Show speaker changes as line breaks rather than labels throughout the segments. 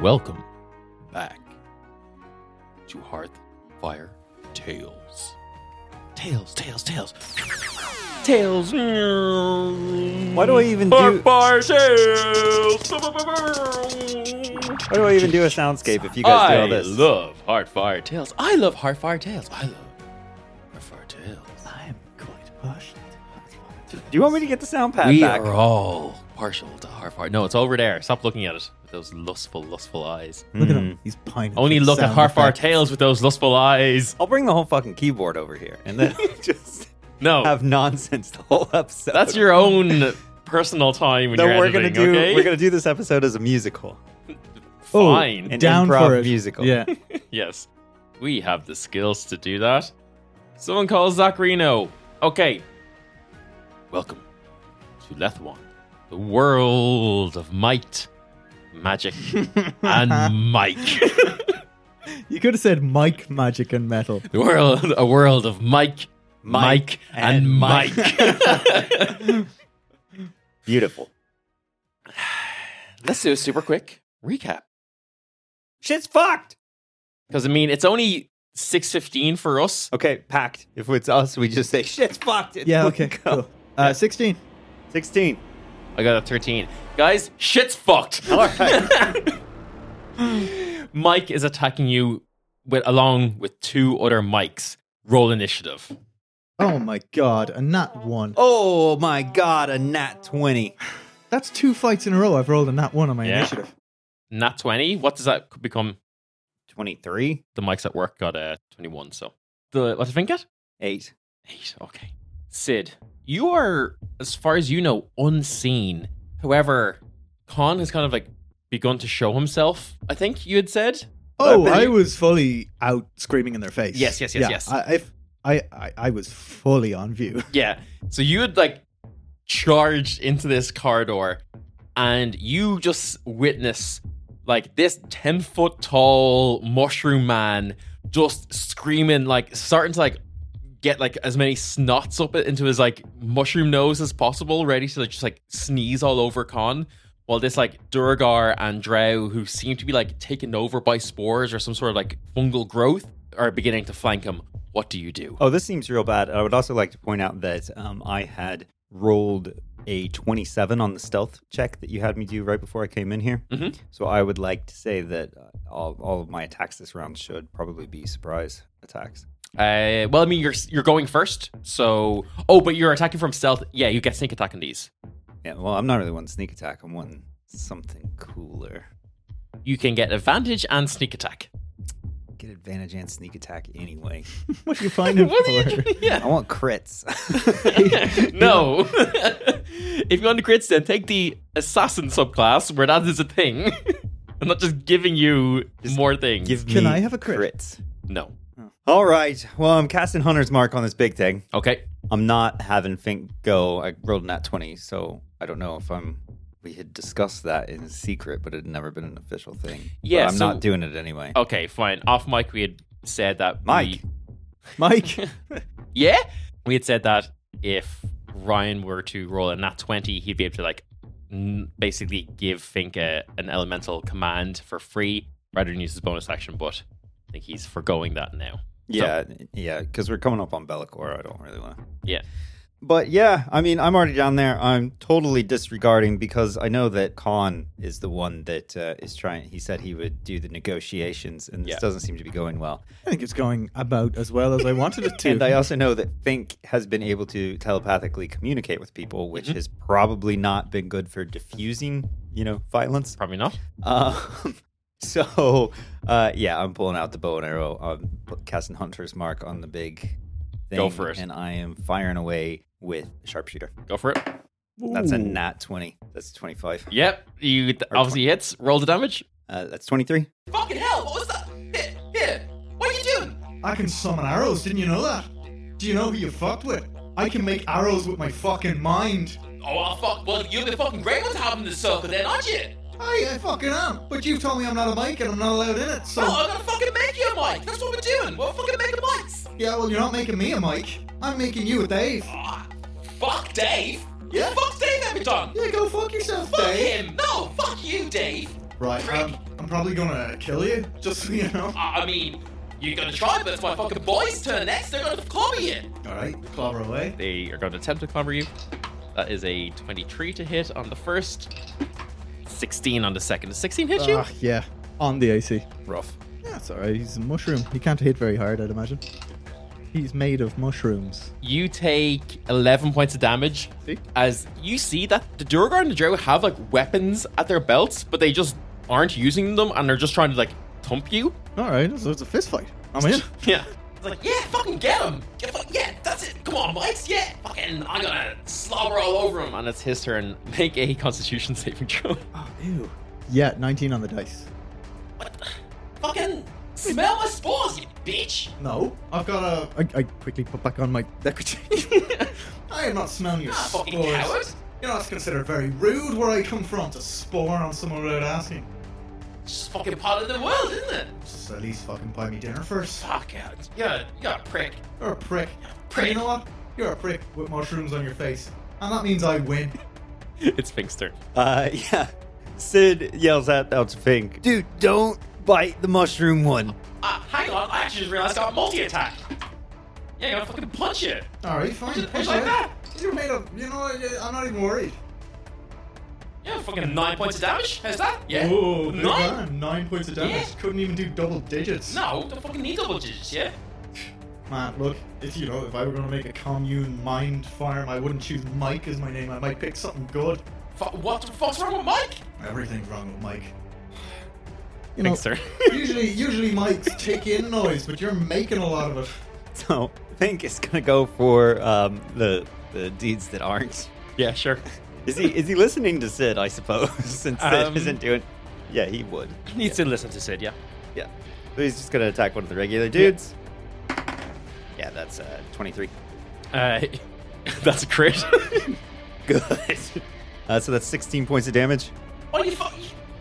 Welcome back to Hearthfire Tales. Tales, tales, tales. Tales.
Why
Why
do I even do? Why do I even do a soundscape if you guys do all this?
I love Heartfire Tales. I love Heartfire Tales. I love Heartfire Tales.
I'm quite partial. Do you want me to get the sound pad
we
back?
are all partial to Heartfire. No, it's over there. Stop looking at it with those lustful, lustful eyes.
Look at
Mm.
him. He's pining.
Hmm. Only
for
look at
sound
Heartfire
effect.
Tales with those lustful eyes.
I'll bring the whole fucking keyboard over here and then just
No,
have nonsense the whole episode.
that's your own personal time when
No,
you're
we're gonna
editing.
do.
okay,
We're gonna do this episode as a musical.
Oh,
fine.
An
Down
improv
for it.
musical.
Yeah.
Yes, we have the skills to do that. Someone calls Zacharino. Okay. Welcome to Lethwan, the world of might, magic, and Mike.
You could have said Mike, magic, and metal.
The world, a world of Mike, Mike, and,
and
Mike.
Beautiful.
Let's do a super quick recap
Shit's fucked.
because I mean it's only six fifteen for us.
Okay, packed. If it's us, we just say shit's fucked. and
Yeah.
we
Okay.
go.
Cool. Uh, Sixteen.
Sixteen.
I got a thirteen, guys. Shit's fucked.
All right.
Mike is attacking you with along with two other mics. Roll initiative.
Oh my god, a nat one.
oh my god, a nat twenty.
That's two fights in a row I've rolled a nat one on my
Yeah.
initiative.
Nat twenty. What does that become?
Twenty-three.
The mics at work got uh, twenty one. So the what do you think it?
Eight.
Eight. Okay. Sid, you are as far as you know unseen. However, Khan has kind of like begun to show himself. I think you had said.
Oh,
But-
I was fully out screaming in their face.
Yes, yes, yes,
Yeah,
yes.
I, if, I, I, I was fully on view.
Yeah. So you had like charged into this corridor and you just witness like this 10 foot tall mushroom man just screaming, like starting to like get like as many snots up it into his like mushroom nose as possible, ready to like, just like sneeze all over Khan. While this like Durgar and Drow, who seem to be like taken over by spores or some sort of like fungal growth, are beginning to flank him. What do you do?
Oh, this seems real bad. I would also like to point out that um, I had rolled a 27 on the stealth check that you had me do right before I came in here.
Mhm.
So I would like to say that uh, all, all of my attacks this round should probably be surprise attacks.
Uh, well, I mean, you're you're going first, so oh, but you're attacking from stealth. Yeah, you get sneak attack on these.
Yeah, well, I'm not really one sneak attack. I'm one something cooler.
You can get advantage and sneak attack.
Get advantage and sneak attack anyway.
what do you find him
What are you
for?
doing?
I
Yeah.
want crits.
no. if you want to crits, then take the assassin subclass where that is a thing. I'm not just giving you
Just
more things.
Give me
Can I have a crit?
crits.
no.
All right. Well, I'm casting Hunter's Mark on this big thing.
Okay.
I'm not having Fink go. I rolled a nat 20, so I don't know if I'm. We had discussed that in secret, but it had never been an official thing. But
Yeah,
I'm
so-
not doing it anyway.
Okay. Fine. Off mic, we had said that. we-
Mike. Mike.
yeah. We had said that if Ryan were to roll a nat 20, he'd be able to, like, n- basically give Fink a, an elemental command for free rather than use his bonus action, but I think he's foregoing that now.
yeah, yeah, because we're coming up on Bellicor. I don't really want to.
Yeah.
But yeah, I mean, I'm already down there. I'm totally disregarding because I know that Khan is the one that uh, is trying. He said he would do the negotiations, and this
Yeah.
doesn't seem to be going well.
I think it's going about as well as I wanted it to.
And I also know that Fink has been able to telepathically communicate with people, which
Mm-hmm.
has probably not been good for diffusing, you know, violence.
Probably not.
Um, so, uh, yeah, I'm pulling out the bow and arrow. I'm pu- casting Hunter's Mark on the big thing.
Go for it.
And I am firing away with sharpshooter.
Go for it.
That's a nat 20. That's 25.
Yep. You th- obviously hits. Roll the damage.
Uh, that's 23.
Fucking hell. What was that? Here. Here. What are you doing?
I can summon arrows. Didn't you know that? Do you know who you fucked with? I can make arrows with my fucking mind.
Oh, well, fuck. Well, you'll be fucking great what's happening this circle then, aren't you?
Hey, I fucking am. But you told me I'm not a mic and I'm not allowed in it. So
Oh, gonna fucking make you a mic. That's what we're doing. We're fucking making mics.
yeah, well, you're not making me a mic. I'm making you a Dave.
Ah, fuck Dave.
Yeah.
Fuck Dave every time.
Yeah, go fuck yourself,
Fuck
Dave.
him. No, fuck you, Dave.
Right, I'm, I'm probably gonna kill you, just so you know.
I I mean, you're gonna try, but it's my fucking boys' turn next. They're gonna clobber you.
Alright, clobber away.
They are going to attempt to clobber you. That is a 23 to hit on the first, 16 on the second. Does 16 hit you?
Ah, yeah, on the AC.
Rough.
Yeah, it's alright. He's a mushroom. He can't hit very hard, I'd imagine. He's made of mushrooms.
You take 11 points of damage
See?
as you see that the Durgar and the Drow have like weapons at their belts, but they just aren't using them and they're just trying to like thump you.
Alright, so it's a fist fight. I'm in.
Yeah. It's like, yeah, fucking get him. Yeah, fuck, yeah, that's it. Come on, Mike. Yeah, fucking, I'm gonna slobber all over him. And it's his turn. Make a constitution saving throw.
Oh, ew. Yeah, 19 on the dice.
What? Fucking smell my spores, you bitch.
No, I've got a.
I, I quickly put back on my neckerchief.
I am not smelling your
Ah, fucking
spores.
coward.
You know, that's considered very rude where I come from to spore on someone without asking.
It's fucking part of the world, isn't it?
Just at least fucking buy me dinner first.
Fuck out. You're a, you're a prick.
You're a prick.
Prick.
You know what? You're a prick with mushrooms on your face. And that means I win.
it's Fink's turn.
Uh, yeah. Sid yells out out to Fink, dude, don't bite the mushroom one.
Uh, hang on, I actually just realized I got multi attack. Yeah, I'm gonna fucking punch it.
Alright, fine.
Just
push
like
it.
that.
You're made of. You know, what? I'm not even worried.
Yeah, fucking nine points of damage. How's that? Yeah.
Whoa, big
Eh? nine?
man, nine points of damage.
Yeah.
Couldn't even do double digits.
No, don't fucking need double digits, yeah?
Man, look, if you know, if I were gonna make a commune mind farm, I wouldn't choose Mike as my name. I might pick something good.
F- what the fuck's wrong with Mike?
Everything's wrong with Mike.
You know,
turn.
usually, usually Mike's tick in noise, but you're making a lot of it.
So Fink is gonna go for um, the the deeds that aren't.
yeah, sure.
Is he is he listening to Sid? I suppose since Sid
Um,
isn't doing. Yeah, he would.
Needs to listen to Sid, yeah.
Yeah, but he's just gonna attack one of the regular dudes. Yeah, that's uh, twenty three.
Uh, that's a crit.
Good. Uh, so that's sixteen points of damage,
what are you fuck?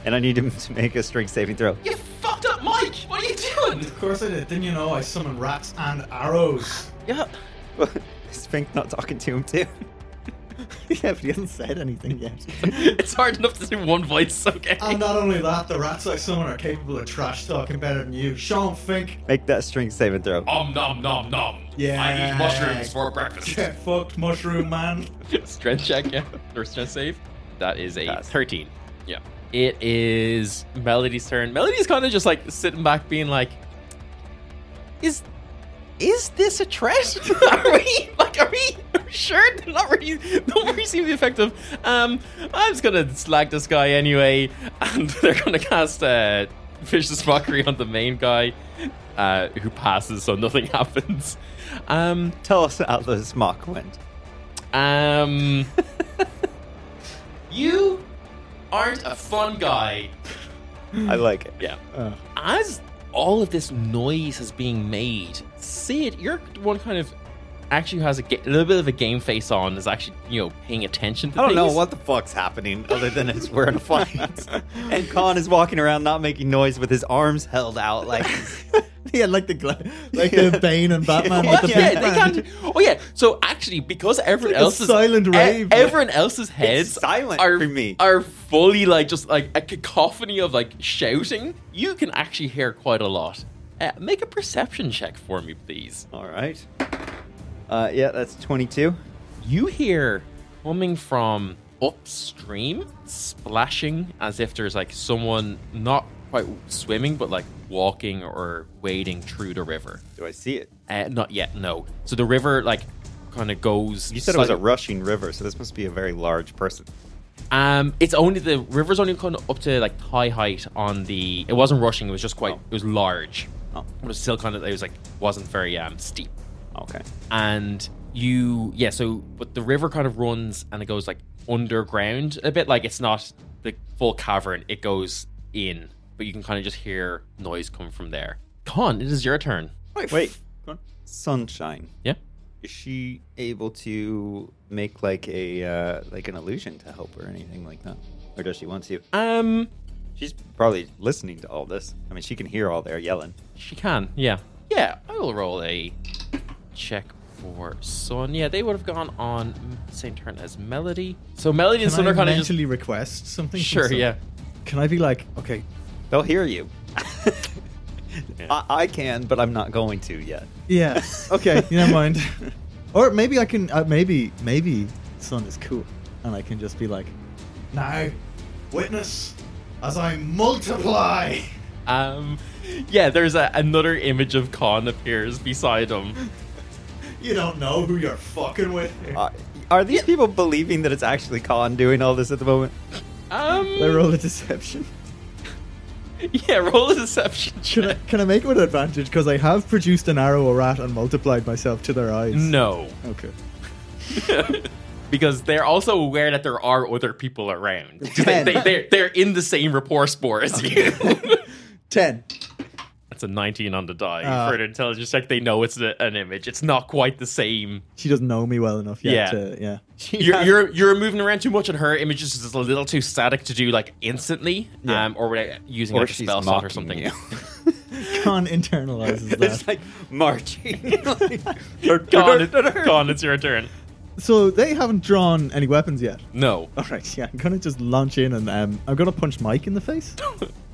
and I need him to make a strength saving throw.
You fucked up Mike! What are you doing?
Of course I did. Didn't you know I summon rats and arrows?
Yeah.
is Fink not talking to him too?
yeah, but he hasn't said anything yet.
it's hard enough to do one voice, okay?
And not only that, the rats I summon are capable of trash talking better than you. Sean Fink,
Make that strength saving throw.
Om nom nom nom.
Yeah.
I eat mushrooms for breakfast.
get fucked, mushroom man.
strength check, yeah. Or strength save. That is a
Pass.
13. Yeah. It is Melody's turn. Melody's kind of just like sitting back being like, is is this a threat? are we like are we are we sure? They're Not really don't really seem to be effective. Um I'm just gonna slag this guy anyway, and they're gonna cast uh vicious mockery on the main guy, uh, who passes so nothing happens. Um
Tell us how the smock went.
um, you aren't a fun guy.
I like it.
Yeah.
Uh,
As all of this noise is being made, Sid, you're the one kind of actually has a, ga- little bit of a game face on. Is actually you know paying attention. to
I don't know
things.
what the fuck's happening other than it's we're in a fight. and Khan is walking around not making noise with his arms held out like
yeah, like the gla- like the Bane and Batman with the
yeah,
big
they
man.
can't. Oh yeah. So actually, because everyone
like a
else's
silent
e-
rave.
everyone else's heads
it's silent
are
for me.
are fully like just like a cacophony of like shouting. You can actually hear quite a lot. Uh, make a perception check for me, please.
All right. Uh, yeah, that's 22.
You hear coming from upstream, splashing as if there's like someone not quite swimming, but like walking or wading through the river.
Do I see it?
Uh, not yet, no. So the river like kind of goes.
You said it was a
slightly-
rushing river, so this must be a very large person.
Um, it's only the river's only kind of up to like thigh height on the. It wasn't rushing. It was just quite.
Oh.
It was large.
Oh,
It was still kind of. It was like wasn't very um steep.
okay.
And you yeah. So but the river kind of runs and it goes like underground a bit. Like it's not the full cavern. It goes in, but you can kind of just hear noise come from there. Con, it is your turn.
Wait. Sunshine.
Yeah.
Is she able to make like a uh, like an illusion to help or anything like that? Or does she want to?
Um,
She's probably listening to all this. I mean, she can hear all their yelling.
she can. Yeah. Yeah. I will roll a check for Sun. Yeah, they would have gone on same turn as Melody. So Melody and
Can
Sun are
I
kind of just
mentally request something? from
Sure,
Sun?
yeah.
Can I be like, okay,
They'll hear you. I, I can, but I'm not going to yet.
yeah, okay, you never mind. Or maybe I can, uh, maybe, maybe Sun is cool, and I can just be like,
Now, witness as I multiply.
Um, yeah, there's a, another image of Khan appears beside him.
You don't know who you're fucking with. here.
Uh, are these people believing that it's actually Khan doing all this at the moment?
Um,
I roll a deception.
yeah, roll a deception
Can I,
check.
can I make it with advantage? Because I have produced an arrow or rat and multiplied myself to their eyes.
No,
Okay.
because they're also aware that there are other people around. 'Cause They,
Ten.
they, they're, they're in the same rapport sport as you.
Ten.
That's a 19 on the die.
Uh.
Further intelligence check, they know it's a, an image. It's not quite the same.
She doesn't know me well enough yet.
Yeah.
To, yeah.
You're, you're you're moving around too much, and her image is just a little too static to do like instantly,
Yeah.
um, or without using
Or
like a
she's
spell slot
mocking
or something.
you.
Khan internalizes
it's
that.
like marching.
Gone, gone. It's your turn.
So they haven't drawn any weapons yet.
No,
All right. Yeah. I'm gonna just launch in and um, I'm gonna punch Mike in the face.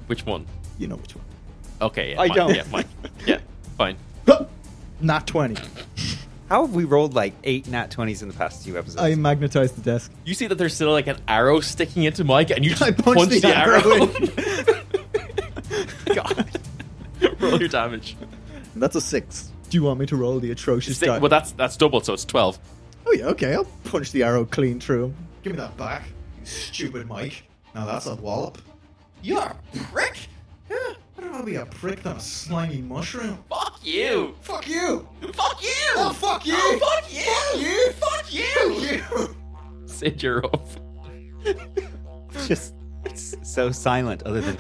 which one?
You know which one.
Okay, yeah,
I
Mike,
don't.
Yeah, Mike. Yeah, fine.
Not twenty.
How have we rolled like eight nat 20s in the past two episodes?
I magnetized the desk.
You see that there's still like an arrow sticking into Mike, and you just
I
punch,
punched
the,
the
arrow. God, roll your damage.
That's a six. Do you want me to roll the atrocious
Six-
die?
well, that's that's doubled, so it's twelve.
oh yeah. Okay. I'll punch the arrow clean through him.
Give me that back, you stupid Mike. Now that's a wallop. You're a prick? Yeah, I'd rather be a prick than a slimy mushroom.
Fuck you!
Fuck you!
Fuck you!
Oh, fuck you!
fuck you!
you!
Fuck
Fuck you!
Sid, you're up.
just it's so silent, other than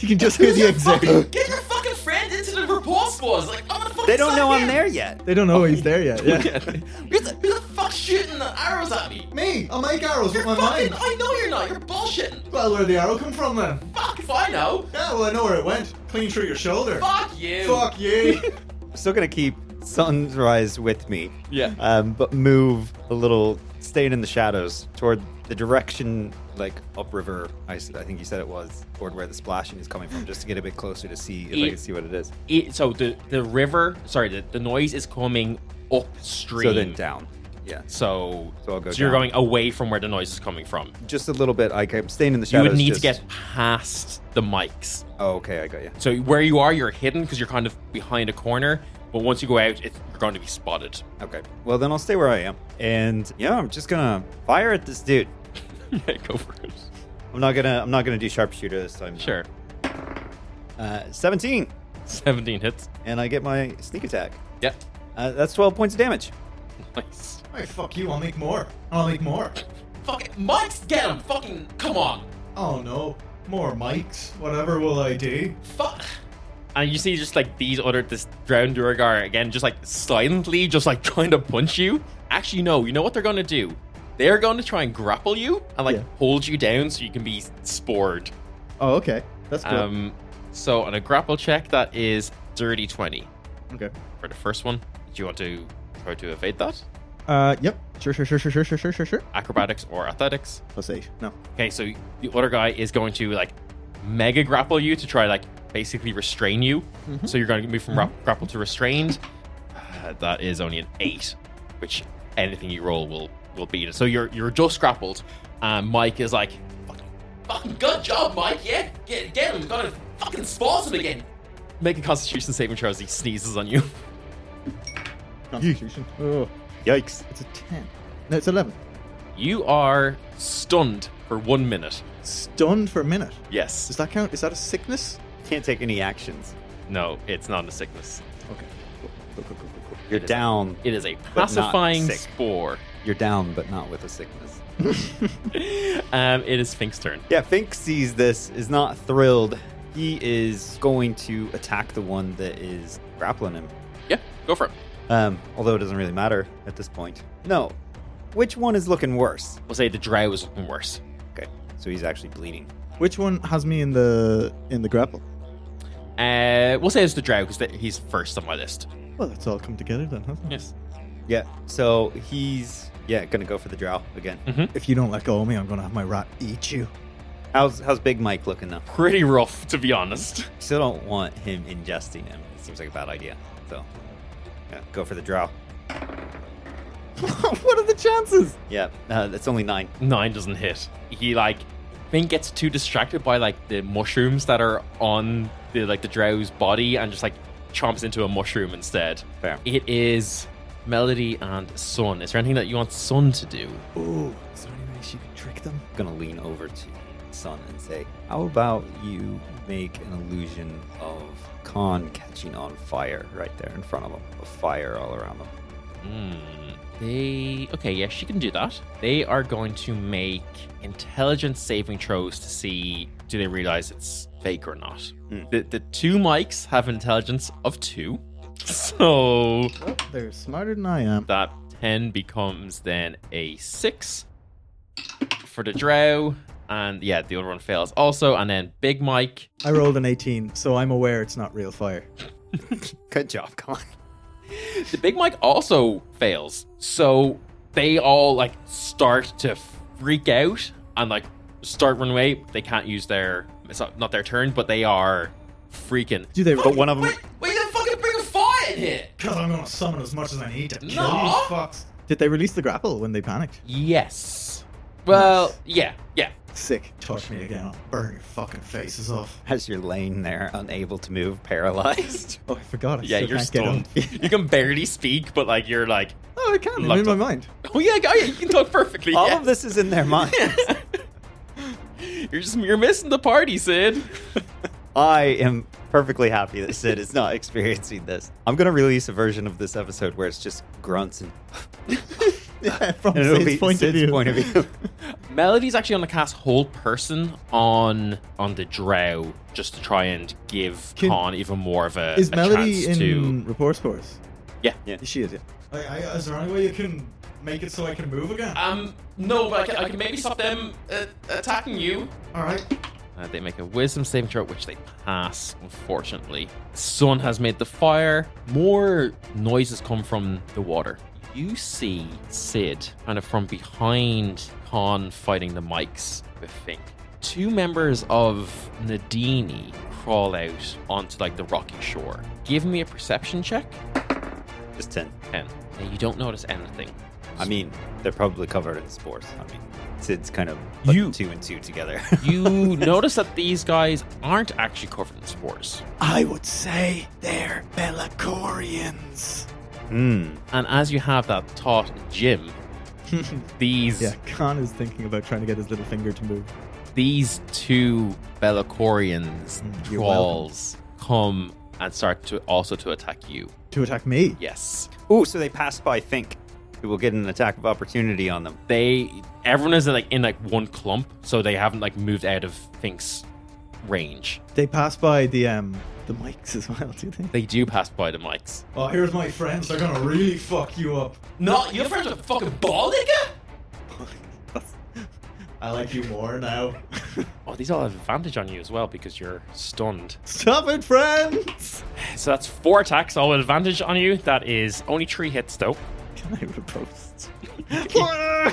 you can just hear the exact.
Get your fucking friend into the repulse wars. Like, I'm gonna fucking
they don't know I'm there yet.
They don't know he's there yet. Yeah.
Who's the, who the fuck shooting the arrows at me?
Me! I'll make arrows with my mind!
I know you're not. You're bullshitting.
Well, where'd the arrow come from then?
Fuck if I know.
Yeah, well, I know where it went. Clean through your shoulder.
Fuck you.
Fuck you!
I'm still gonna keep Sunrise with me,
Yeah.
um, but move a little, staying in the shadows toward the direction, like upriver. I, s- I think you said it was toward where the splashing is coming from, just to get a bit closer to see if I can see what it is.
It, so the the river, sorry, the, the noise is coming upstream.
So then down, yeah,
So,
So I'll go
you're
down.
going away from where the noise is coming from.
just a little bit. Like I'm staying in the
You
shadows.
would need to
just-
get past the mics.
Oh, okay, I got you.
So where you are, you're hidden because you're kind of behind a corner. But once you go out, it, you're going to be spotted.
Okay, well then I'll stay where I am, and yeah, I'm just gonna fire at this dude.
yeah, go for it.
I'm not gonna. I'm not gonna do sharpshooter this time.
Sure.
Uh, 17,
17 hits.
and I get my sneak attack.
Yep.
Uh, that's 12 points of damage.
Nice.
Alright, fuck you, I'll make more. I'll make more.
Fucking Mike's get him. Fucking come on.
Oh no. More mics. Whatever will I do?
Fuck. And you see just like these other this drowned Duragar again, just like silently, just like trying to punch you. Actually, no. You know what they're gonna do? They're going to try and grapple you and like
Yeah.
hold you down so you can be spored.
Oh, okay. That's cool.
Um, so on a grapple check, that is dirty twenty
okay.
for the first one. Do you want to try to evade that?
Uh, yep. Sure, sure, sure, sure, sure, sure, sure, sure, sure.
Acrobatics or athletics?
Plus eight. No.
Okay, so the other guy is going to like mega grapple you to try like basically restrain you.
Mm-hmm.
So you're going to move from rap- grapple to restrained. Uh, that is only an eight, which anything you roll will will beat it. So you're you're just grappled, and Mike is like, "Fucking, fucking good job, Mike. Yeah, get get him. Gonna fucking spot him again." Make a Constitution saving throw as he sneezes on you.
Constitution. Oh,
Yikes.
it's a ten. No, it's eleven.
You are stunned for one minute.
Stunned for a minute. Does
Yes.
that count? Is that a sickness?
Can't take any actions.
No, it's not a sickness.
Okay. Cool, cool, cool, cool, cool.
You're
It is-
down.
It is a
not
pacifying
sick.
spore.
You're down, but not with a sickness.
um, it is Fink's turn.
Yeah, Fink sees this, is not thrilled. He is going to attack the one that is grappling him.
Yeah, go for it.
Um, although it doesn't really matter at this point. No. Which one is looking worse?
We'll say the drow is looking worse.
Okay. So he's actually bleeding.
Which one has me in the in the grapple?
Uh, we'll say it's the drow because he's first on my list.
Well, that's all come together then, hasn't it?
Yes.
Yeah. So he's Yeah, gonna go for the drow again.
If you don't let go of me, I'm gonna have my rat eat you.
How's how's Big Mike looking though?
Pretty rough, to be honest.
Still don't want him ingesting him. It seems like a bad idea. So, yeah, go for the drow.
what are the chances?
Yeah, uh, that's only nine.
Nine doesn't hit. He like I think gets too distracted by like the mushrooms that are on the like the drow's body and just like chomps into a mushroom instead.
Fair.
It is Melody and Sun. Is there anything that you want Sun to do?
Ooh, is there any way she can trick them?
gonna lean over to Sun and say, "How about you make an illusion of Khan catching on fire right there in front of him, of fire all around him."
Hmm. They okay, yeah, she can do that. They are going to make intelligence saving throws to see do they realize it's fake or not.
Hmm.
The the two mics have intelligence of two, so
Oh, they're smarter than I am.
that ten becomes then a six for the drow, and yeah, the other one fails also, and then Big Mike.
I rolled an 18, so I'm aware it's not real fire.
Good job, Khan.
the Big Mike also fails. So they all like start to freak out and like start running away. They can't use their it's not, not their turn, but they are freaking.
Do they?
But one of them,
wait, the fucking bring a fire in here.
Because I'm gonna summon as much as I need to kill
No.
these fucks.
Did they release the grapple when they panicked?
Yes. Well, yeah, yeah.
Sick.
Touch me again, I'll burn your fucking faces off.
as you're laying there, unable to move, paralyzed.
Oh, I forgot. I
Yeah,
still
you're
can't get
stunned.
up.
you can barely speak, but like you're like,
oh, I can. I'm
Locked
in my
up.
mind.
oh yeah, oh, yeah you can talk perfectly.
All
yeah.
of this is in their mind.
You're just you're missing the party, Sid.
I am perfectly happy that Sid is not experiencing this. I'm gonna release a version of this episode where it's just grunts and,
Yeah, from
and it'll be
Sid's point of
Sid's
view.
point of view.
Melody's actually on the cast whole person on on the drow just to try and give
Can-
Khan even more of a,
Is
a
Melody
chance
in Mm.
to
reports for us?
yeah.
She is. Yeah.
I, I, is there any way you can make it so I can move again?
Um, no, but I can, I can maybe stop them uh, attacking you.
Alright.
Uh, they make a wisdom saving throw, which they pass, unfortunately. Sun has made the fire. More noises come from the water. You see Sid kind of from behind Khan fighting the mics with Fink. Two members of Nadini crawl out onto like the rocky shore. Give me a perception check.
Just ten.
10. And you don't notice anything.
I mean, they're probably covered in spores. I mean, Sid's kind of putting
You-
two and two together.
You notice that these guys aren't actually covered in spores.
I would say they're Bellacorians.
Hmm.
And as you have that thought, Jim, these
Yeah, Khan is thinking about trying to get his little finger to move.
these two Belacorians
Mm, You're
trolls come and start to also to attack you.
To attack me.
Yes,
Ooh, so they passed by Fink, who will get an attack of opportunity on them.
they everyone is like in like one clump, so they haven't like moved out of Fink's range.
They pass by the um the mics as well, do they?
They do pass by the mics.
Oh, here's my friends. They're gonna really fuck you up.
No, your friends are fucking ball nigga.
I like you more now.
Oh, these all have advantage on you as well because you're stunned.
Stop it, friends!
So that's four attacks, all with advantage on you. That is only three hits though.
Can I repost?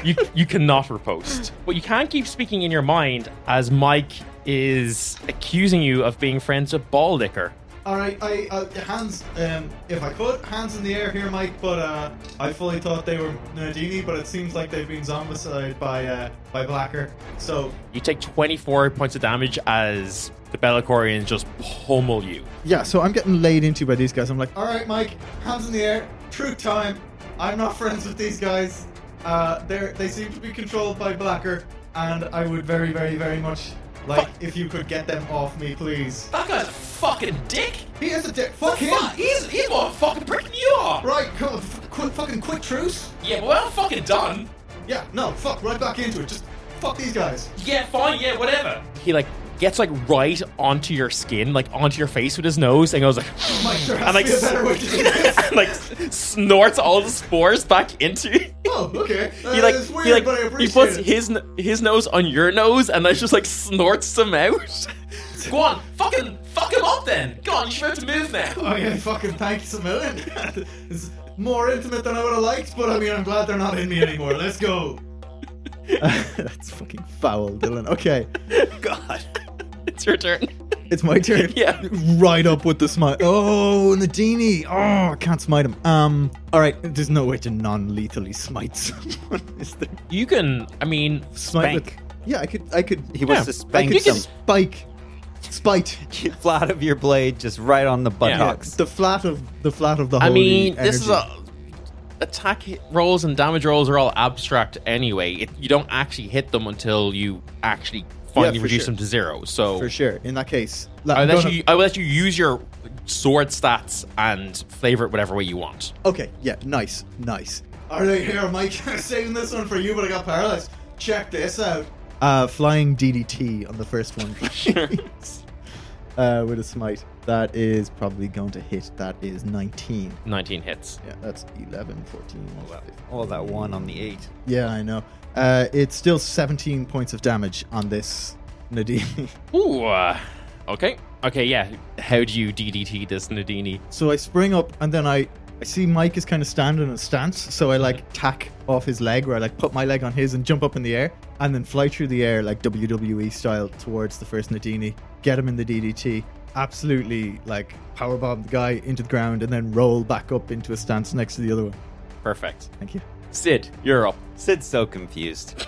you, you cannot repost. But you can't keep speaking in your mind as Mike is accusing you of being friends with Ball Licker.
Alright, I, uh, hands, um, if I could, hands in the air here, Mike, but, uh, I fully thought they were Nardini, but it seems like they've been zombicided by, uh, by Blacker. So,
You take 24 points of damage as the Bellicorians just pummel you.
Yeah, so I'm getting laid into by these guys. I'm like,
alright, Mike, hands in the air, truth time. I'm not friends with these guys. Uh, they're, they seem to be controlled by Blacker, and I would very, very, very much like if you could get them off me, please.
That guy's a fucking dick.
He is a dick. Fuck him!
He's, he's more fucking prick than you are.
Right, cool. F- quick, fucking quick truce.
Yeah, well, I'm fucking done.
Yeah, no, fuck, right back into it. Just fuck these guys.
Yeah, fine, yeah, whatever. He like gets like right onto your skin, like onto your face with his nose, and goes like,
Mike, there
and
has
like,
to be a better way to do this.
and, like snorts all the spores back into you.
oh, okay. Uh,
he like,
it's weird,
he, like
but I
he
appreciate
puts
it.
his n- his nose on your nose and then just like snorts them out. Go on, fucking, fuck him up then. Go on, you're about to move now.
Okay, fucking thanks a million. it's more intimate than I would have liked, but I mean, I'm glad they're not in me anymore. Let's go.
That's fucking foul, Dylan. Okay,
God, it's your turn.
it's my turn.
Yeah.
Right up with the smite. Oh, Nadini. Oh, I can't smite him. Um, all right. There's no way to non-lethally smite someone, is there?
You can, I mean,
Smite
Spank.
with. Yeah, I could. I could.
He wants
yeah,
to spank
I could
some.
spike. Spite.
flat of your blade just right on the buttocks.
The flat of the flat of the.
I
holy
mean, this is
energy.
a attack hit rolls and damage rolls are all abstract anyway. It, you don't actually hit them until you actually finally
for
reduce
sure.
them to zero. So
for sure. In that case, like, I'm
unless
gonna-
you unless you use your sword stats and flavor it whatever way you want.
okay, yeah, nice, nice.
All right, here, Mike. I'm saving this one for you, but I got paralyzed. Check this out.
Uh, flying DDT on the first one, uh, with a smite. That is probably going to hit. That is 19.
Nineteen hits.
Yeah, that's 11, 14.
Oh,
fif-
All that one on the eight.
Yeah, I know. Uh, it's still 17 points of damage on this Nadini.
Ooh. Uh, okay. Okay. Yeah. How do you DDT this Nadini?
so I spring up and then I. I see Mike is kind of standing in a stance, so I like tack off his leg, where I like put my leg on his and jump up in the air, and then fly through the air like WWE style towards the first Nadini, get him in the DDT, absolutely like powerbomb the guy into the ground, and then roll back up into a stance next to the other one.
Perfect.
Thank you.
Sid, you're up.
Sid's so confused.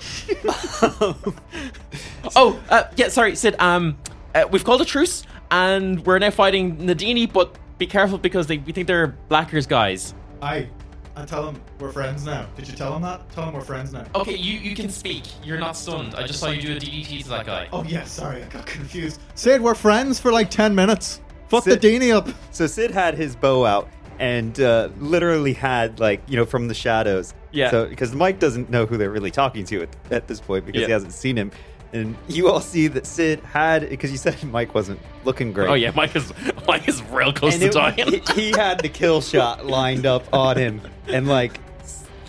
Oh, uh, yeah. Sorry, Sid. Um, uh, we've called a truce and we're now fighting Nadini, but be careful because they we think they're Blackers guys.
I, I tell him we're friends now. Did you tell him that? Tell him we're friends now.
Okay, you, you can speak. You're not stunned. I just saw you do a DDT to that guy.
Oh yeah, sorry, I got confused.
Sid, we're friends for like 10 minutes. Fuck
Sid-
the Dini up.
so Sid had his bow out and uh, literally had like you know from the shadows.
Yeah.
So because Mike doesn't know who they're really talking to at, at this point because
Yeah.
he hasn't seen him, and you all see that Sid had because you said Mike wasn't looking great.
Oh yeah, Mike is Mike is real close
And
to
it-
dying.
he- he had the kill shot lined up on him and like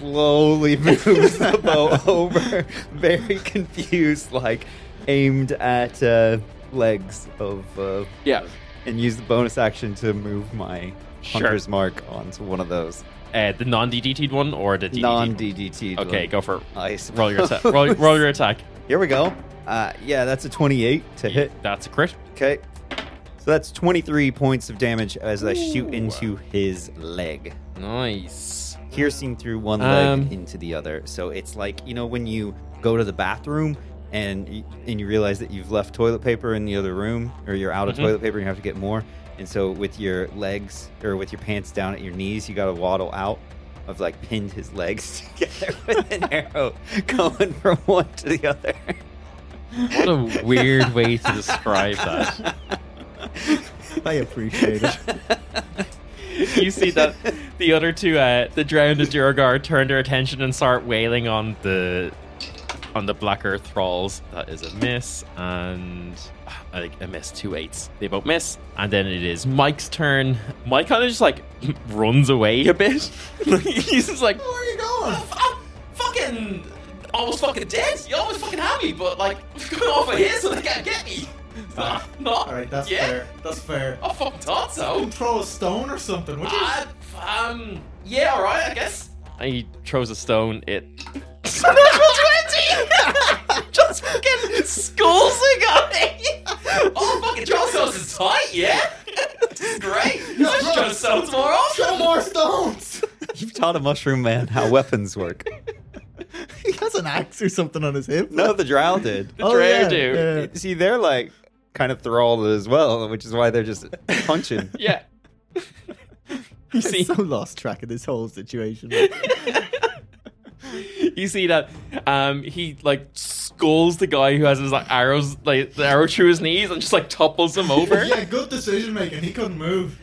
slowly moves the bow over, very confused, like aimed at uh, legs of. Uh,
yeah.
and use the bonus action to move my
Sure.
hunter's mark onto one of those
Uh, the non DDT one or the DDT?
non DDT.
Okay, go for it.
Nice.
Roll your attack. Roll, roll your attack.
Here we go. Uh, yeah, that's a 28 to hit.
That's a crit.
Okay. So that's 23 points of damage as I shoot into his leg,
Nice.
piercing through one
Um,
leg into the other. So it's like, you know, when you go to the bathroom and y- and you realize that you've left toilet paper in the other room or you're out of
Mhm.
toilet paper and you have to get more. And so with your legs or with your pants down at your knees, you got to waddle out. I've like pinned his legs together with an arrow going from one to the other.
What a weird way to describe that.
I appreciate it.
You see that the other two, uh, the drowned Duergar, turn their attention and start wailing on the on the Blacker thralls. That is a miss and a, a miss. Two eights. They both miss, and then it is Mike's turn. Mike kind of just like runs away a bit. He's just like,
Where are you going?
I'm fucking almost fucking dead. You almost fucking have me, but like, come over here so they can't get me. Nah,
All right, that's fair. That's fair.
I fucking thought
You can throw a stone or something, would you?
um, yeah, alright, I guess. And he throws a stone, it. Natural 20! Just fucking skulls a guy! Oh, fucking Joe Stones is tight, yeah? This is great! I should throw stones more often!
Throw more stones.
You've taught a mushroom man how weapons work.
he has an axe or something on his hip. Oh,
No, the drow did.
The Dreyer
yeah,
dude.
yeah.
See, they're like kind of thralled as well, which is why they're just punching.
Yeah. You
I
see,
so lost track of this whole situation.
you see that um, he like skulls the guy who has his like arrows, like the arrow through his knees, and just like topples him over.
yeah, good decision making. He couldn't move.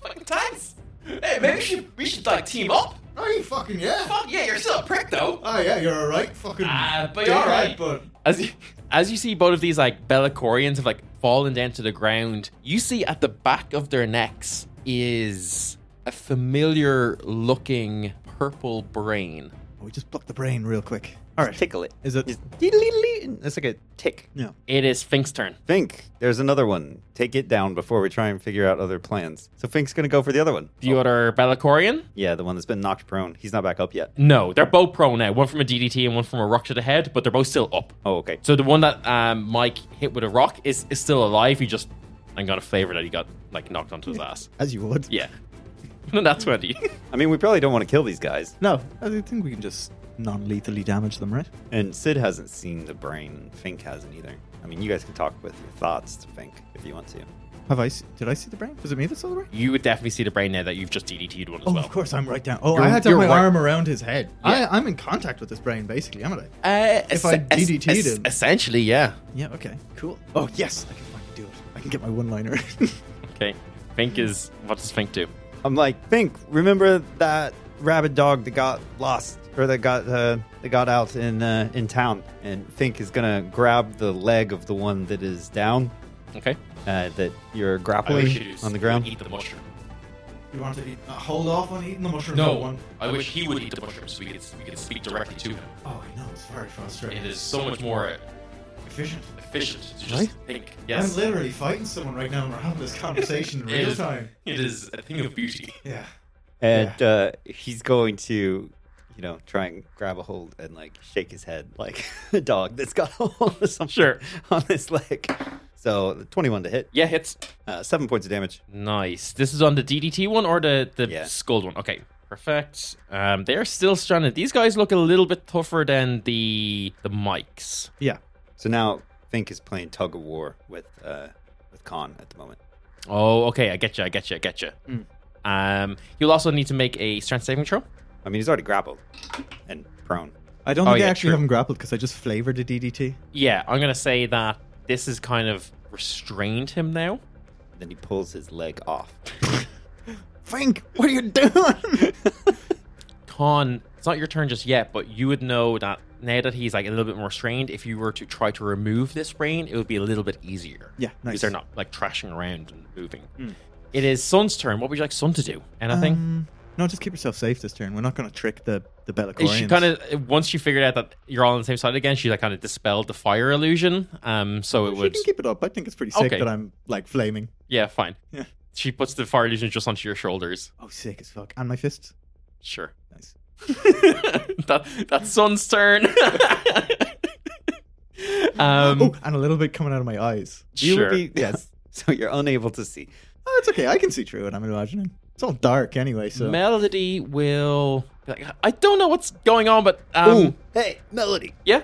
Fucking times. Hey, maybe we should, we should like team up.
Oh, you fucking yeah.
Fuck yeah, you're still a prick though.
Oh yeah, you're alright. Fucking.
Ah, but you're
dickhead,
alright.
But
As you, as you see both of these like Bellicorians have like fallen down to the ground, you see at the back of their necks is a familiar looking purple brain.
Oh, we just pluck the brain real quick. All right.
Tickle it.
Is it?
Diddly-diddly. in. It's like a tick.
It is Fink's turn.
Fink, there's another one. Take it down before we try and figure out other plans. So Fink's gonna go for the other one. Oh,
The other Bellicorian?
Yeah, the one that's been knocked prone. He's not back up yet.
No, they're both prone now. One from a DDT and one from a rock to the head, but they're both still up.
Oh, okay.
So the one that um, Mike hit with a rock is, is still alive. He just, I'm gonna favor that he got like knocked onto his ass.
As you would.
Yeah, that's twenty.
I mean, we probably don't want to kill these guys.
No, I think we can just non-lethally damage them, right?
And Sid hasn't seen the brain. Fink hasn't either. I mean, you guys can talk with your thoughts to Fink if you want to.
Have I? Se- did I see the brain? Was it me that saw the brain?
you would definitely see the brain now that you've just DDT'd one as
Oh,
well.
of course, I'm right down. Oh,
You're-
I had to have
you're
my
right.
arm around his head.
Yeah.
I, I'm in contact with this brain, basically, am I?
Uh,
If I DDT'd him.
essentially, yeah.
Yeah, okay, cool. Oh, yes, I can fucking do it. I can get my one-liner.
Okay, Fink is. What does Fink do?
I'm like, Fink, remember that rabid dog that got lost or that got uh, that got out in uh, in town? And Fink is gonna grab the leg of the one that is down,
Okay,
uh, that you're
Oh,
grappling on the ground.
Eat the mushroom.
You want to eat, uh, hold off on eating the mushroom?
No,
for one.
I wish he would eat the mushroom so we could we could speak directly to him.
Oh, I know. It's very frustrating.
It is so much more
efficient.
efficient to just
Right?
think. Yes,
I'm literally fighting someone right now, and we're having this conversation in
It
real
is- Oh.
time.
it is a thing of beauty.
Yeah.
and uh, he's going to you know try and grab a hold and like shake his head like a dog that's got a hold of something
Sure.
on his leg so 21 to hit
Yeah, hits.
uh, seven points of damage
Nice. This is on the DDT one or the the
Yeah.
skulled one. Okay, perfect. Um, they're still stranded. These guys look a little bit tougher than the the mics.
yeah,
so now fink is playing tug of war with uh with khan at the moment
Oh, okay. I get you. I get you. I get you. Um, you'll also need to make a strength saving throw.
i mean he's already grappled and prone
I don't
Oh,
think
yeah,
I actually
true.
have him grappled because I just flavored a DDT.
Yeah, I'm gonna say that this has kind of restrained him now.
then he pulls his leg off
Fink, what are you doing?
Con, it's not your turn just yet, but you would know that now that he's like a little bit more restrained, if you were to try to remove this brain, it would be a little bit easier.
yeah, nice. Hmm.
Because they're not like trashing around and moving. It is Sun's turn. What would you like Sun to do? Anything?
Um, no, just keep yourself safe this turn. We're not going to trick the the Bellicorians.
she kind of once she figured out that you're all on the same side again, she like kind of dispelled the fire illusion. Um, so it
She
would
can keep it up. I think it's pretty sick
Okay.
that I'm like flaming.
yeah, fine.
Yeah.
She puts the fire illusion just onto your shoulders.
Oh, sick as fuck. And my fists.
Sure.
Nice.
that that's Sun's turn. um,
oh, and a little bit coming out of my eyes.
you
sure.
would be yes so you're unable to see
Oh, it's okay. I can see through it. I'm imagining. It's all dark anyway. So
Melody will. Like, I don't know what's going on, but um,
hey melody
yeah.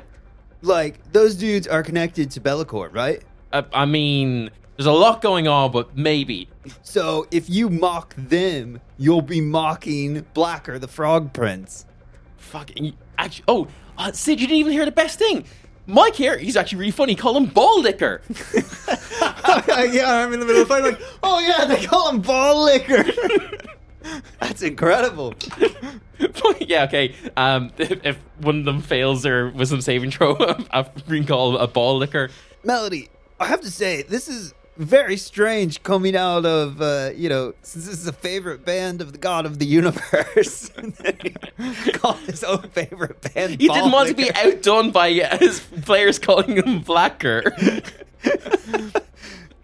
like those dudes are connected to bellicor right
I, I mean, there's a lot going on, but maybe.
So if you mock them, you'll be mocking Blacker the Frog Prince.
Fucking actually. Oh, uh, Sid, you didn't even hear the best thing. Mike here, he's actually really funny. Call him Ball Licker.
yeah, I'm in the middle of fighting. Like, oh yeah, they call him ball liquor.
That's incredible.
yeah, okay. Um, if, if one of them fails their wisdom saving throw, I can call a Ball Licker.
Melody, I have to say, this is very strange coming out of, uh, you know, since this is a favorite band of the God of the Universe. Call his own favorite band.
He didn't want to be outdone by uh, his players calling him Blacker.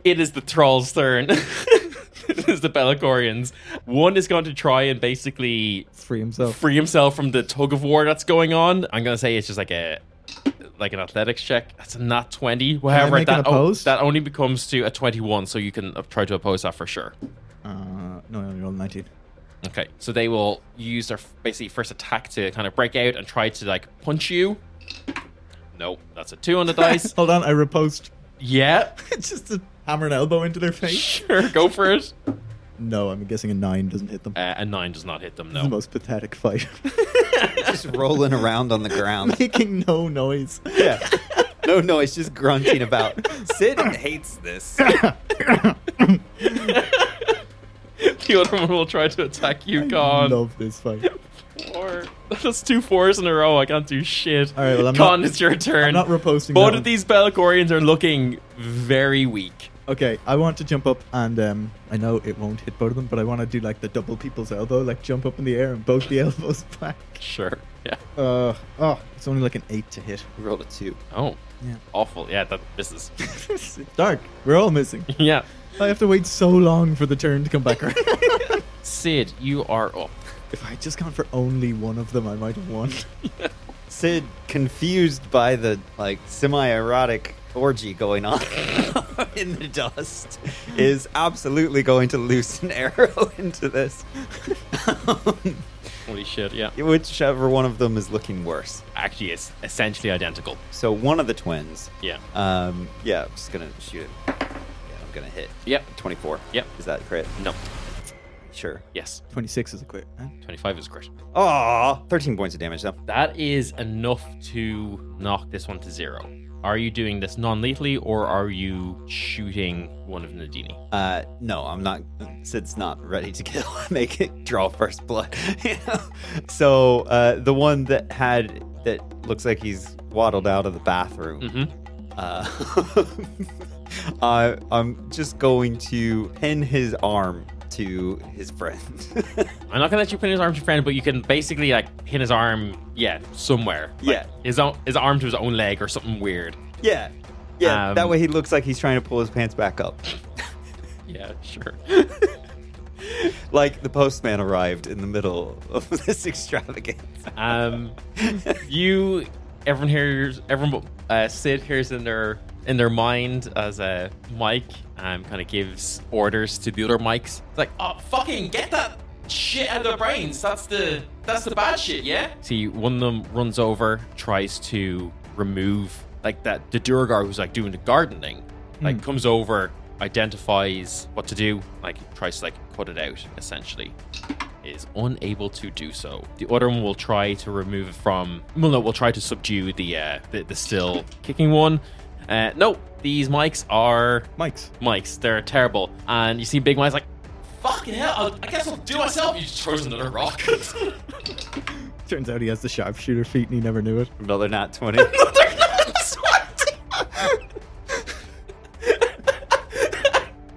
it is the Troll's turn. it is the Bellicorians. One is going to try and basically
Free himself.
free himself from the tug of war that's going on. I'm gonna say it's just like a like an athletics check. That's a not twenty. However,
make an
that o-
opposed?
that only becomes to a twenty-one, so you can uh, try to oppose that for sure.
Uh, no, I only rolled 19.
Okay, so they will use their f- basically first attack to kind of break out and try to like punch you. No, that's a two on the dice.
Hold on, I reposed.
yeah,
just to hammer an elbow into their face.
sure, go for it.
No, I'm guessing a nine doesn't hit them.
Uh, a nine does not hit them.
It's the
No.
most pathetic fight.
just rolling around on the ground.
Making no noise.
Yeah. No noise, just grunting about. Sid hates this.
the other one will try to attack you, God.
Love this fight.
Four. That's two fours in a row. I can't do shit.
All right, well, I'm
Con,
not-
it's your turn.
I'm not reposting.
Both
that
of these Bellicorians are looking very weak.
Okay, I want to jump up and um, I know it won't hit both of them, but I want to do like the double people's elbow, like jump up in the air and both the elbows back.
Sure. Yeah.
Uh, oh, it's only like an eight to hit.
Roll a two.
Oh.
Yeah.
Awful. Yeah, that misses.
It's dark. We're all missing.
yeah.
I have to wait so long for the turn to come back around.
Sid, you are up.
if I had just gone for only one of them, I might have won.
Sid, confused by the like semi-erotic orgy going on in the dust, is absolutely going to loose an arrow into this.
Holy shit, yeah.
Whichever one of them is looking worse.
Actually, it's essentially identical.
So one of the twins.
Yeah.
Um, yeah, I'm just gonna shoot it. Yeah, I'm gonna hit.
Yep.
24.
Yep.
Is that crit?
No.
Sure.
Yes.
26 is a eh? quit. Huh?
25 is correct.
Aw, 13 points of damage though.
That is enough to knock this one to zero. Are you doing this non lethally or are you shooting one of Nadini?
Uh, no, I'm not. Sid's not ready to kill. Make it draw first blood. you know? so uh, the one that had that looks like he's waddled out of the bathroom.
Mm-hmm.
Uh, I, I'm just going to pin his arm to his friend.
I'm not gonna let you pin his arm to your friend, but you can basically like pin his arm, yeah, somewhere. Like,
Yeah.
His own his arm to his own leg or something weird.
yeah, yeah.
Um,
that way he looks like he's trying to pull his pants back up,
Yeah, sure.
like the postman arrived in the middle of this extravaganza.
Um, you, everyone hears, everyone, but, uh, Sid hears in their in their mind as uh, Mike um, kind of gives orders to the other mics. It's like, oh, fucking get that shit out of their brains. That's the that's the bad shit, yeah. See, one of them runs over, tries to remove like that the Durgar who's like doing the gardening, like comes over, identifies what to do, like tries to like cut it out essentially is unable to do so. The other one will try to remove it from. Well, no, will try to subdue the uh, the, the still kicking one. Uh, no, these mics are
Mike's.
mics. They're terrible. And you see Big Mike's like, "Fucking hell! I'll, I guess I'll do it myself." You just throws another rock.
Turns out he has the sharpshooter feet and he never knew it.
Another nat twenty.
They're not smart.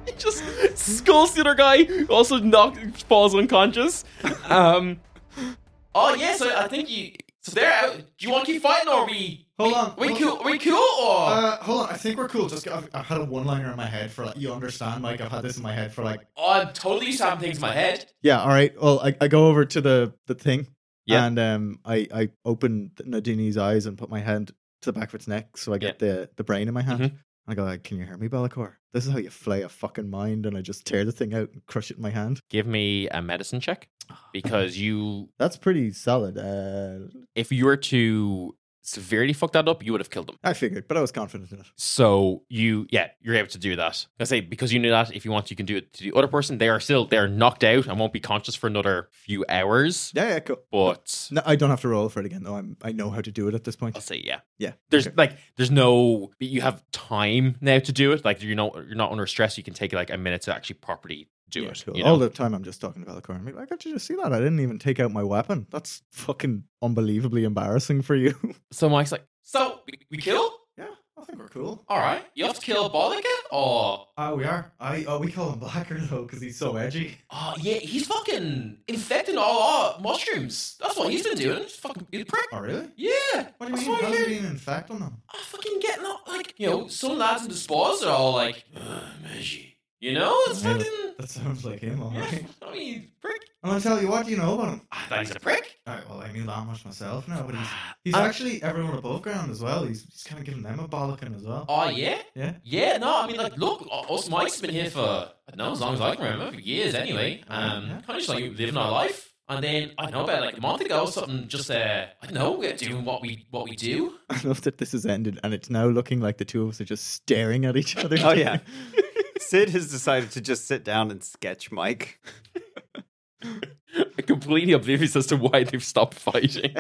He just skulls the other guy, who also knocks, falls unconscious. Um. Oh yeah, so I think you. So they're out. Do you want to keep fighting, or we?
Hold on,
We
hold
cool?
on.
we cool? Or
Uh, hold on. I think we're cool. Just I've, I've had a one-liner in my head for like you understand, Mike. I've had this in my head for like
oh, I'm totally used to having things in my head.
Yeah, all right. Well, I, I go over to the, the thing
Yeah.
and um, I, I open Nadini's eyes and put my hand to the back of its neck so I get the, the brain in my
Mm-hmm.
hand.
Mhm.
I go, like, can you hear me, Balakor? This is how you flay a fucking mind. And I just tear the thing out and crush it in my hand.
Give me a medicine check because you,
That's pretty solid. Uh,
if you were to severely fuck that up, you would have killed them.
I figured, but I was confident enough.
So you, yeah, you're able to do that. I say because you knew that. If you want, you can do it to the other person. They are still they are knocked out and won't be conscious for another few hours.
Yeah, yeah, cool.
But
No, I don't have to roll for it again, though. I'm, I know how to do it at this point.
I'll say yeah.
Yeah.
There's
okay.
like there's no you have time now to do it. Like you're not you're not under stress. You can take like a minute to actually properly do
Yeah,
it.
cool.
you
All
know?
the time I'm just talking about the car. I'm like, I got you to see that. I didn't even take out my weapon. That's fucking unbelievably embarrassing for you.
so Mike's like, so we, we kill.
yeah, I think we're
cool.
All right, you have to kill Bollica. Oh,
Oh, we are. I oh, we call him Blacker though because he's so edgy.
oh yeah, he's fucking infecting all our mushrooms. That's what he's been doing. He's fucking he's a prick.
Oh, really?
Yeah.
What do
That's
you mean?
why
How's
he-
he being an infect on them?
I fucking get not like you know some lads in the spas are all like, "Ugh, Meiji." you know, it's
Yeah.
fucking.
That sounds like him, all right.
I mean, prick.
And I'll tell you what, you know about him.
I thought he's a prick.
All right, well, I knew that much myself now, but he's he's
I-
actually everyone above ground as well. He's, he's kind of giving them a bollocking as well.
Oh yeah,
Yeah.
yeah. No, I mean like, look, u- us Mike's been here for I don't know as long as I can remember, for years anyway. Um,
Yeah.
kind of just like living our life. And then I don't know about like a month ago or something. Just uh, I don't know we're doing what we what we do.
I love that this has ended and it's now looking like the two of us are just staring at each other.
Oh, yeah. Sid has decided to just sit down and sketch Mike.
completely oblivious as to why they've stopped fighting.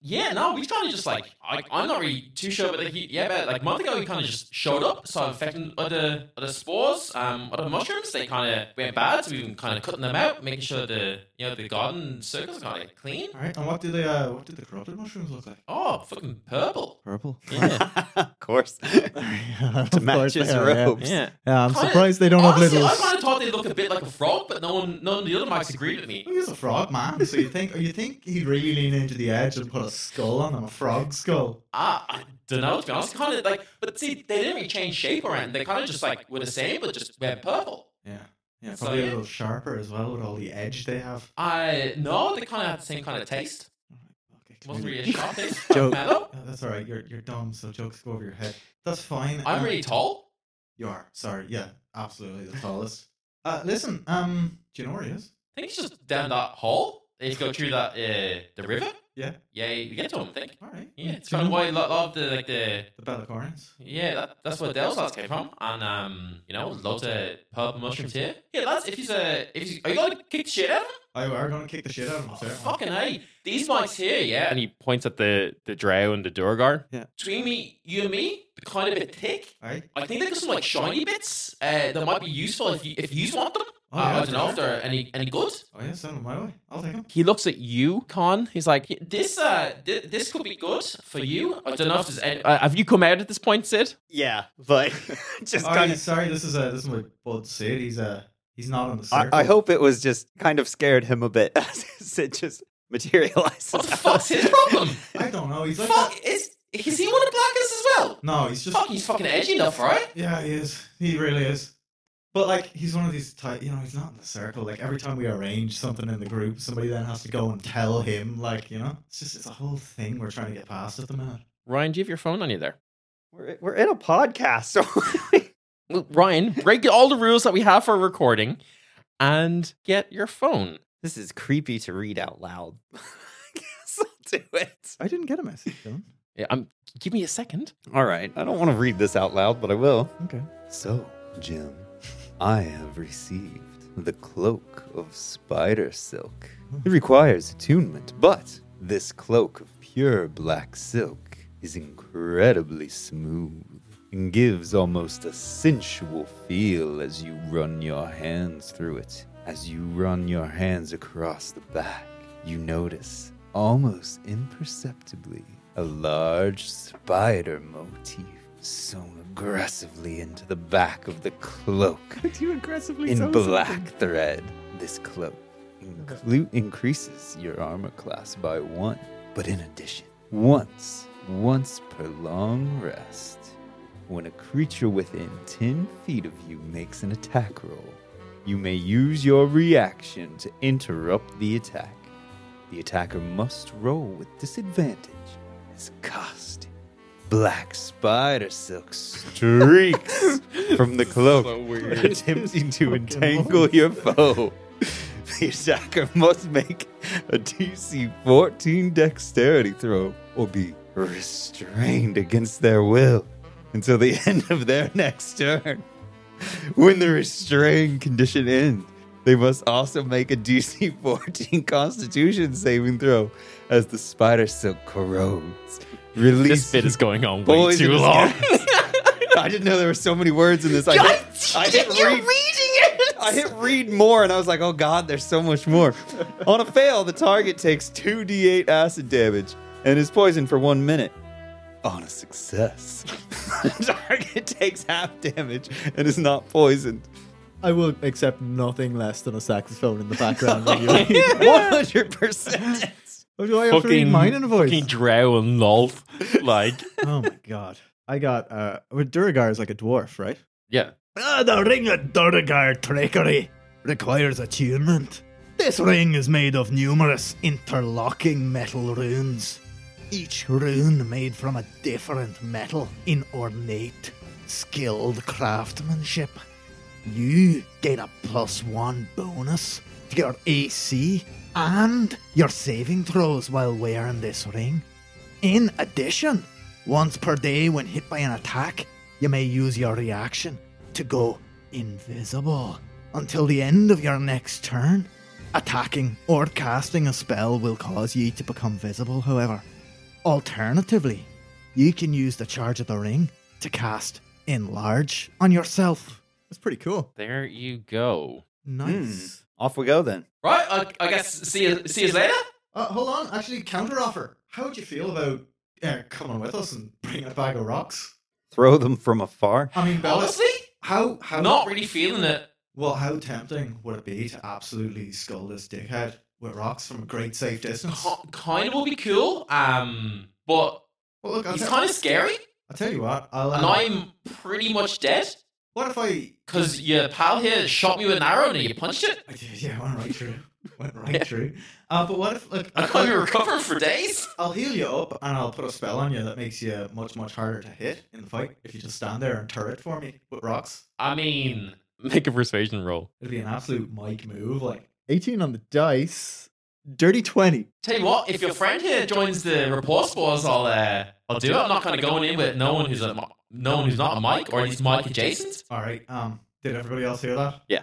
Yeah, no, we kind of just like I, I'm not really too sure, but like he, yeah, but like a month ago he kind of just showed up, started infecting other other spores, um, other mushrooms. They kind of went bad, so we've been kind of cutting them out, making sure the you know the garden circles are kind of clean.
All right. And what do the uh, what do the corrupted mushrooms look like?
Oh, fucking purple.
Purple.
Yeah,
of course. to
to
match his robes.
yeah.
Yeah, I'm
Kinda-
surprised they don't have
Honestly,
little.
I kind of thought they look a bit like a frog, but no one, none of the other mics agreed with me.
He's a frog man. So you think you think he'd really lean into the edge and put a skull on him, a frog skull?
Ah, I don't know. To be honest, kind of like, but see, they didn't really change shape or anything. They kind of just like were the same, but just went purple.
Yeah. Yeah,
So,
probably a
yeah.
little sharper as well with all the edge they have.
I no, they kind of had the same kind of taste.
Okay,
It wasn't really a sharp taste.
Joke.
Mellow.
Uh, that's all right. You're you're dumb, so jokes go over your head. That's fine.
I'm
um,
really tall.
You are. Sorry. Yeah. Absolutely the tallest. Uh, listen. Um. Do you know where he is?
I think it's just down that hole. They just go through that uh, the river.
Yeah.
Yeah, you get to them. I think.
All right.
Yeah, it's kind of why a lot of the like the
The Bellacorns.
Yeah, that, that's where Dell's lads came from, and um, you know, loads of purple mushrooms here. Yeah, lads, if he's a, if he's, are you gonna kick the shit out of him?
I are going to kick the shit out of him.
Oh,
sir.
fucking hey, these mics here, yeah. And he points at the the drow and the Durgar.
Yeah.
Between me, you and me, they're kind of a bit thick.
All right.
I think they've got some like shiny bits uh, that might be useful if you if you want them.
Oh,
Uh,
yeah,
I don't know if they're any any good.
Oh yeah. Send him my way. I'll take him.
He looks at you, Con. He's like, "This, uh, th- this could be good for you." I don't know if there's any. Uh, have you come out at this point, Sid?
Yeah, but just
All
kind
right.
of.
Sorry. This is uh This is my bud Sid. He's uh. He's not on the circle.
I, I hope it was just kind of scared him a bit as it just materialized.
What the fuck's his problem?
I don't know. He's like.
Fuck,
that-
is is he one of Blackers as well?
No. He's just.
Fuck, he's fucking edgy enough, right?
Yeah, he is. He really is. But like, he's one of these type. You know, he's not in the circle. Like every time we arrange something in the group, somebody then has to go and tell him. Like, you know, it's just it's a whole thing we're trying to get past at the minute.
Ryan, do you have your phone on you there?
We're, we're in a podcast, so
Well, Ryan, break all the rules that we have for recording, and get your phone.
this is creepy to read out loud. I guess I'll do it.
I didn't get a message, Dylan.
Yeah, um, give me a second.
All right. I don't want to read this out loud, but I will.
Okay.
So, Jim, I have received the cloak of spider silk. It requires attunement, but this cloak of pure black silk is incredibly smooth and gives almost a sensual feel as you run your hands through it. As you run your hands across the back, you notice, almost imperceptibly, a large spider motif sewn aggressively into the back of the cloak
Do you aggressively
in black thread. This cloak inclu- increases your armor class by one, but in addition, once, once per long rest, when a creature within 10 feet of you makes an attack roll, you may use your reaction to interrupt the attack. The attacker must roll with disadvantage as cost. Black spider silk streaks from the cloak, attempting to entangle your foe. The attacker must make a DC 14 dexterity throw or be restrained against their will until the end of their next turn. When the restrained condition ends, they must also make a DC 14 Constitution saving throw as the spider silk corrodes. Release
going on
Boys in disguise. I didn't know there were so many words in this. I hit, I hit read, I hit read more, and I was like, oh god, there's so much more. On a fail, the target takes 2d8 acid damage and is poisoned for one minute. On a success, the target takes half damage and is not poisoned.
I will accept nothing less than a saxophone in the background. regularly.
100%.
oh, do I have to read mine in a voice?
drow and lolf. Like,
oh my god! I got uh, well, Duragar is like a dwarf, right?
yeah.
Ah, the ring of Durgar trickery requires attunement. This ring is made of numerous interlocking metal runes, each rune made from a different metal in ornate, skilled craftsmanship. You get a plus one bonus to your AC and your saving throws while wearing this ring. In addition, once per day when hit by an attack, you may use your reaction to go invisible until the end of your next turn. Attacking or casting a spell will cause ye to become visible, however. Alternatively, you can use the charge of the ring to cast enlarge on yourself. That's pretty cool.
There you go.
Nice.
Off we go then.
Right, I, I guess see you, see you later.
Uh, hold on, actually, counter offer. How would you feel about uh, coming with us and bringing a bag of rocks?
Throw them from afar.
I mean, Bella,
Honestly,
how how
I'm not really feeling it.
Well, how tempting would it be to absolutely skull this dickhead with rocks from a great safe distance?
Ki- Kind of will be cool, um, but
Well, look, I'll
he's
tell-
kind of scary,
I'll tell you what. I'll.
and
uh,
I'm pretty much dead
What if I?
because your pal here shot me with an arrow and you punched it.
I did, yeah, went right through. Went right through. Uh, but what if? Look,
I can't even recover for days.
I'll heal you up and I'll put a spell on you that makes you much, much harder to hit in the fight if you just stand there and turret for me with rocks.
I mean, make a persuasion roll.
It'd be an absolute Mike move. Like,
18 on the dice. Dirty 20.
Tell you what, if your friend here joins the report spores, I'll uh, I'll do it. I'm not kind of going in with no one who's a mi- no one who's not a Mike or at least Mike adjacent.
all right, um, did everybody else hear that?
Yeah.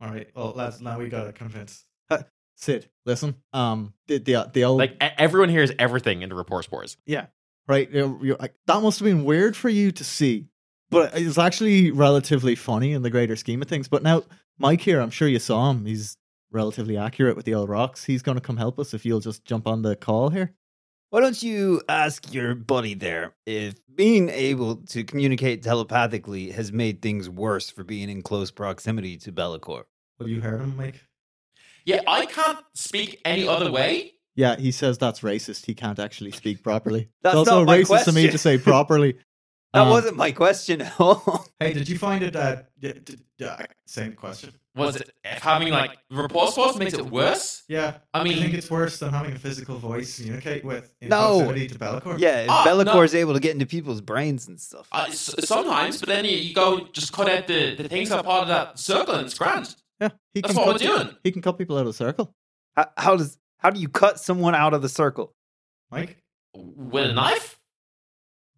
All right, well, lads, now we gotta convince.
Sid, listen. Um, the the, the old
everyone hears everything in the report spores.
right? You're, you're like, that must have been weird for you to see, but it's actually relatively funny in the greater scheme of things. But now, Mike here, I'm sure you saw him. He's relatively accurate with the old rocks. He's going to come help us if you'll just jump on the call here.
Why don't you ask your buddy there if being able to communicate telepathically has made things worse for being in close proximity to Bellicor?
Have you heard him, Mike?
Yeah, I can't speak any other way.
Yeah, he says that's racist. He can't actually speak properly.
That's
it's also
not my
racist to me
question.
to say properly.
That
Um,
wasn't my question at all.
Hey, did you find it? Uh, d- d- d- uh, same question.
Was it if having like report spores makes it worse?
Yeah,
I
I think
mean,
it's worse than having a physical voice to communicate with in
No.
proximity to Bellicor.
Yeah, if
Ah, no.
Bellicor's able to get into people's brains and stuff.
uh, s- sometimes, but then you, you go just cut out the, the things that are part of that circle and it's grand.
Yeah, he
That's
can
what
cut
we're
people-
doing.
He can cut people out of the circle.
How, how does how do you cut someone out of the circle?
Mike.
With a knife?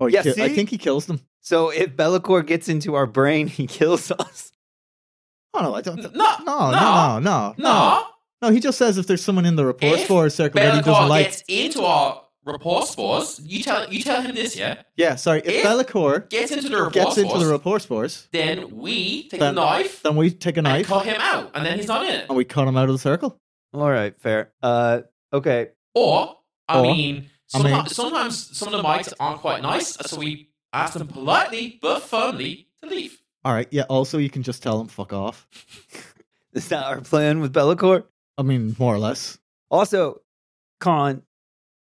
Or he
Yeah,
ki- I
see?
think he kills them.
So if Bellicor gets into our brain, he kills us.
Oh no, I don't.
N-
No,
No,
no, no, no, no.
no.
No, he just says if there's someone in the report
If
for a circle that he doesn't
Bellicor
like.
gets into our report spores. You tell you tell him this, yeah?
Yeah, sorry.
If
If Bellicor
Gets into the report
gets into
spores,
the report force,
then we take
Then-
the knife,
then we take a
and
knife
cut him out, and then he's not in it.
and we cut him out of the circle.
All right, fair. Uh, okay.
Or, I
Or,
mean,
I mean-
sometimes, sometimes some of the mics aren't quite nice, so we ask them politely but firmly to leave.
All right. Yeah. Also, you can just tell him fuck off.
Is that our plan with Bellicor?
I mean, more or less.
Also, Con,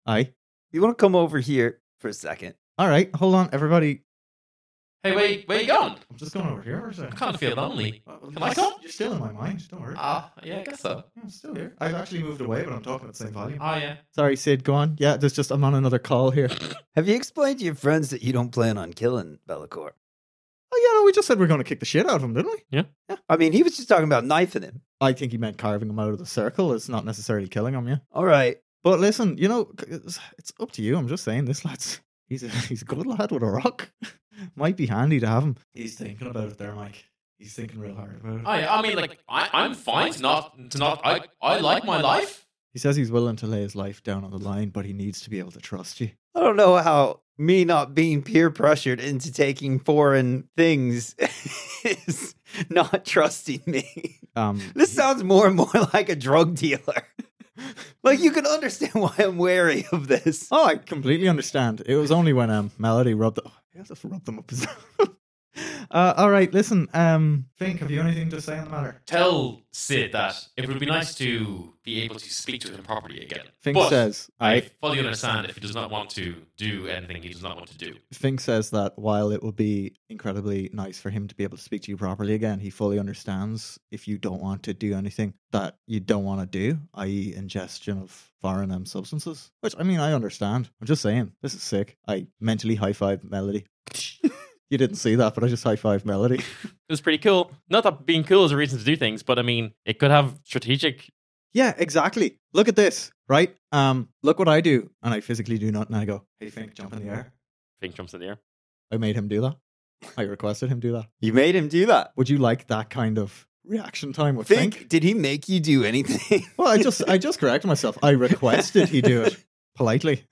Aye.
you want to come over here for a second?
All right. Hold on, everybody.
Hey, where, where you going?
I'm just going over here for a
I
second.
kind of feel lonely.
Well,
Can I
you're-
come?
You're still in my mind. Don't worry.
Ah, yeah, I guess so.
Yeah, I'm still here. I've actually moved away, but I'm talking at the same volume.
Oh, yeah.
Sorry, Sid. Go on. Yeah. There's just I'm on another call here.
Have you explained to your friends that you don't plan on killing Bellicor?
Oh yeah. No, we just said we are going to kick the shit out of him, didn't we?
I mean, he was just talking about knifing him.
I think he meant carving him out of the circle. It's not necessarily killing him. Yeah.
All right.
But listen, you know, c- it's it's up to you. I'm just saying, this lad's he's a, he's a good lad with a rock. Might be handy to have him.
He's thinking about it there, Mike. He's thinking real hard about it.
Oh, yeah. I mean, like, I, I'm fine to not, to not, I, I like my life.
He says he's willing to lay his life down on the line, but he needs to be able to trust you.
I don't know how me not being peer pressured into taking foreign things is not trusting me.
Um,
This sounds more and more like a drug dealer. like you can understand why I'm wary of this.
Oh, I completely understand. It was only when um Melody rubbed. Oh, I just rubbed them up. his- uh, all right, listen. Um,
Think, have you anything to say on the matter?
Tell Sid that it would be nice to be able to speak to him properly again.
Fink
But
says.
I fully understand if he does not want to do anything he does not want to do.
Fink says that while it would be incredibly nice for him to be able to speak to you properly again, he fully understands if you don't want to do anything that you don't want to do, i.e., ingestion of foreign um, substances. Which I mean, I understand. I'm just saying, this is sick. I mentally high five Melody. you didn't see that, but I just high five Melody.
It was pretty cool. Not that being cool is a reason to do things, but I mean, it could have strategic.
Yeah, exactly. Look at this, right? Um, look what I do, and I physically do not. And I go,
Hey, Fink, jump in the air.
Think jumps in the air.
I made him do that. I requested him do that.
You made him do that.
Would you like that kind of reaction time with
Think,
Fink?
did he make you do anything?
Well, I just, I just corrected myself. I requested he do it politely.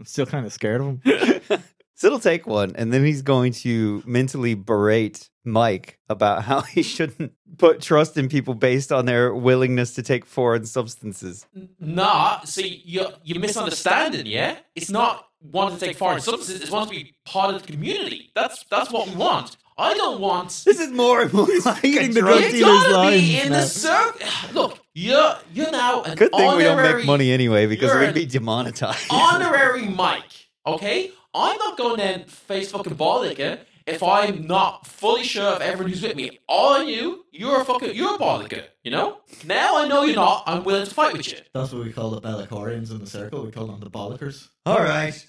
I'm still kind of scared of him.
So it'll take one, and then he's going to mentally berate Mike about how he shouldn't put trust in people based on their willingness to take foreign substances.
Nah, see, you're, you're misunderstanding, yeah? It's not wanting to take foreign substances, it's wanting to be part of the community. That's that's what we want. I don't want.
This is more and more like a
feeding the
drug
drug
You
dealer's
dealer.
gotta be
lines,
in the
man.
circle. Look, you're, you're now an
Good thing we don't make
honorary-
money anyway because
You're
we'd
an
be demonetized.
honorary Mike, okay? I'm not going down Facebook and Bolliger if I'm not fully sure of everyone who's with me. All you, you're a fucking, you're a Bolliger, you know? Now I know you're not, I'm willing to fight with you.
That's what we call the Bellacorians in the circle. We call them the Bollockers.
All right.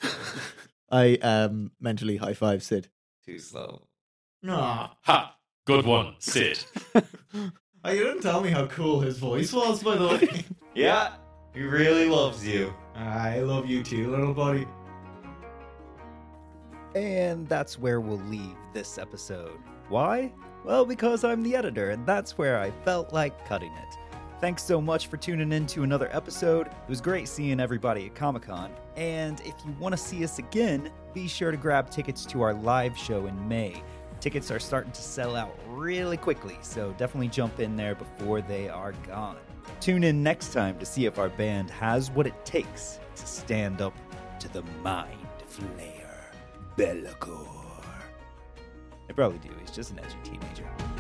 I um mentally high five Sid.
Too slow.
No,
Ha, good one, Sid.
you didn't tell me how cool his voice was, by the way.
Yeah, he really loves you.
I love you too, little buddy.
And that's where we'll leave this episode. Why? Well, because I'm the editor, and that's where I felt like cutting it. Thanks so much for tuning in to another episode. It was great seeing everybody at Comic Con. And if you want to see us again, be sure to grab tickets to our live show in May. Tickets are starting to sell out really quickly, so definitely jump in there before they are gone. Tune in next time to see if our band has what it takes to stand up to the mind flayer. Bellacor. I probably do. He's just an edgy teenager.